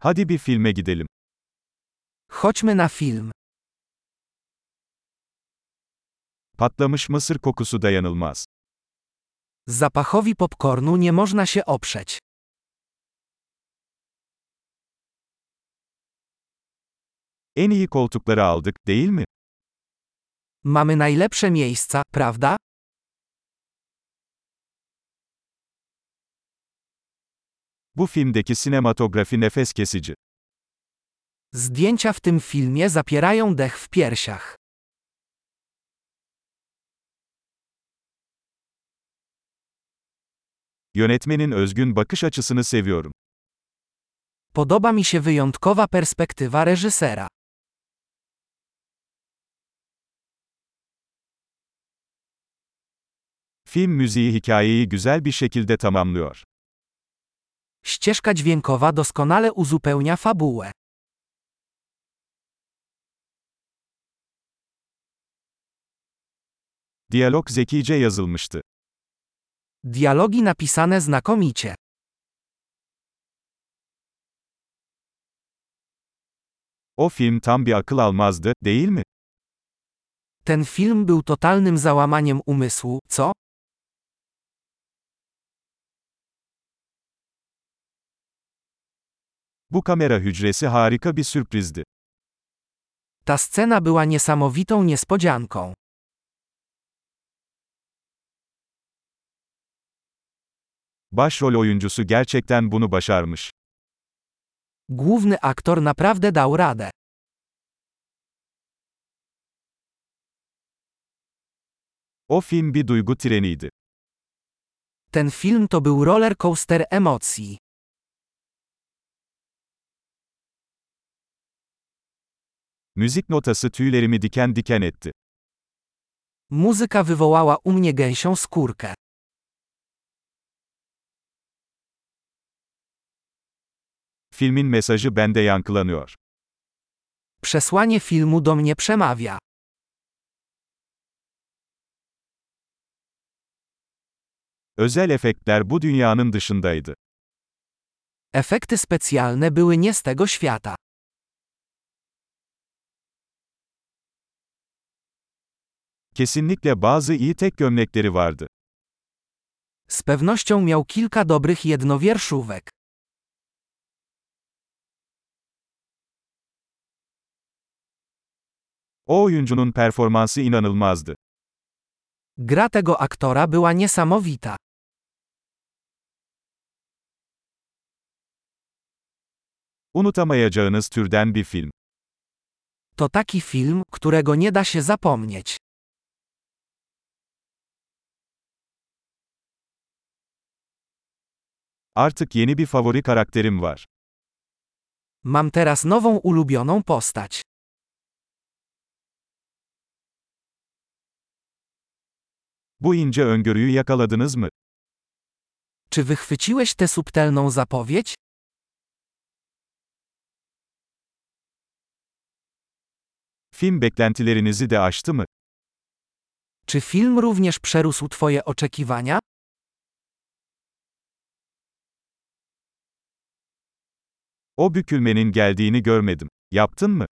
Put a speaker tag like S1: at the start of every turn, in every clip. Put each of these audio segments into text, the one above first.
S1: Hadi bir filme gidelim.
S2: Chodźmy na film.
S1: Patlamış mısır kokusu dayanılmaz.
S2: Zapachowi popcornu nie można się oprzeć.
S1: En iyi koltukları aldık, değil mi?
S2: Mamy najlepsze miejsca, prawda?
S1: Bu filmdeki sinematografi nefes kesici.
S2: Zdjęcia w tym filmie zapierają dech w piersiach.
S1: Yönetmenin özgün bakış açısını seviyorum.
S2: Podoba mi się wyjątkowa perspektywa reżysera.
S1: Film müziği hikayeyi güzel bir şekilde tamamlıyor.
S2: Ścieżka dźwiękowa doskonale uzupełnia fabułę.
S1: Diyalog zekice yazılmıştı.
S2: Dialogi napisane znakomicie.
S1: O film tam bir akıl almazdı, değil mi?
S2: Ten film był totalnym załamaniem umysłu, co?
S1: Bu kamera hücresi harika bir sürprizdi.
S2: Ta scena była niesamowitą niespodzianką.
S1: Başrol oyuncusu gerçekten bunu başarmış.
S2: Główny aktor naprawdę dał radę.
S1: O film bir duygu treniydi.
S2: Ten film to był roller coaster emocji.
S1: Müzik notası tüylerimi diken diken etti.
S2: Muzyka wywołała u mnie gęsią skórkę.
S1: Filmin mesajı bende yankılanıyor.
S2: Przesłanie filmu do mnie przemawia.
S1: Özel efektler bu dünyanın dışındaydı.
S2: Efekty specjalne były nie z tego świata.
S1: Kesinlikle bazı iyi tek gömlekleri vardı.
S2: Z pewnością miał kilka dobrych jednowierszówek.
S1: O oyuncunun performansı inanılmazdı.
S2: Gra tego aktora była niesamowita.
S1: Unutamayacağınız türden bir film.
S2: To taki film, którego nie da się zapomnieć.
S1: Artık yeni bir favori karakterim var.
S2: Mam teraz nową ulubioną postać.
S1: Bu ince öngörüyü yakaladınız mı?
S2: Czy wychwyciłeş tę subtelną zapowiedź?
S1: Film beklentilerinizi de aştı mı?
S2: Czy film również przerósł Twoje oczekiwania?
S1: O bükülmenin geldiğini görmedim. Yaptın mı?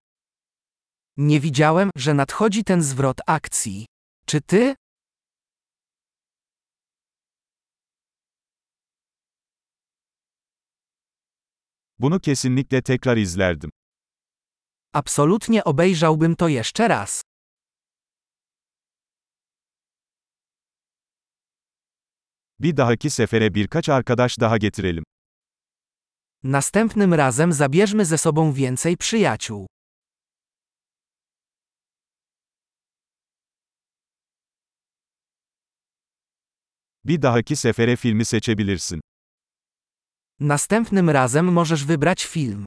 S2: Nie widziałem, że nadchodzi ten zwrot akcji. Czy ty?
S1: Bunu kesinlikle tekrar izlerdim.
S2: Absolutnie obejrzałbym to jeszcze raz.
S1: Bir dahaki sefere birkaç arkadaş daha getirelim.
S2: Następnym razem zabierzmy ze sobą więcej przyjaciół.
S1: Bir dahaki sefere filmi seçebilirsin.
S2: Następnym razem możesz wybrać film.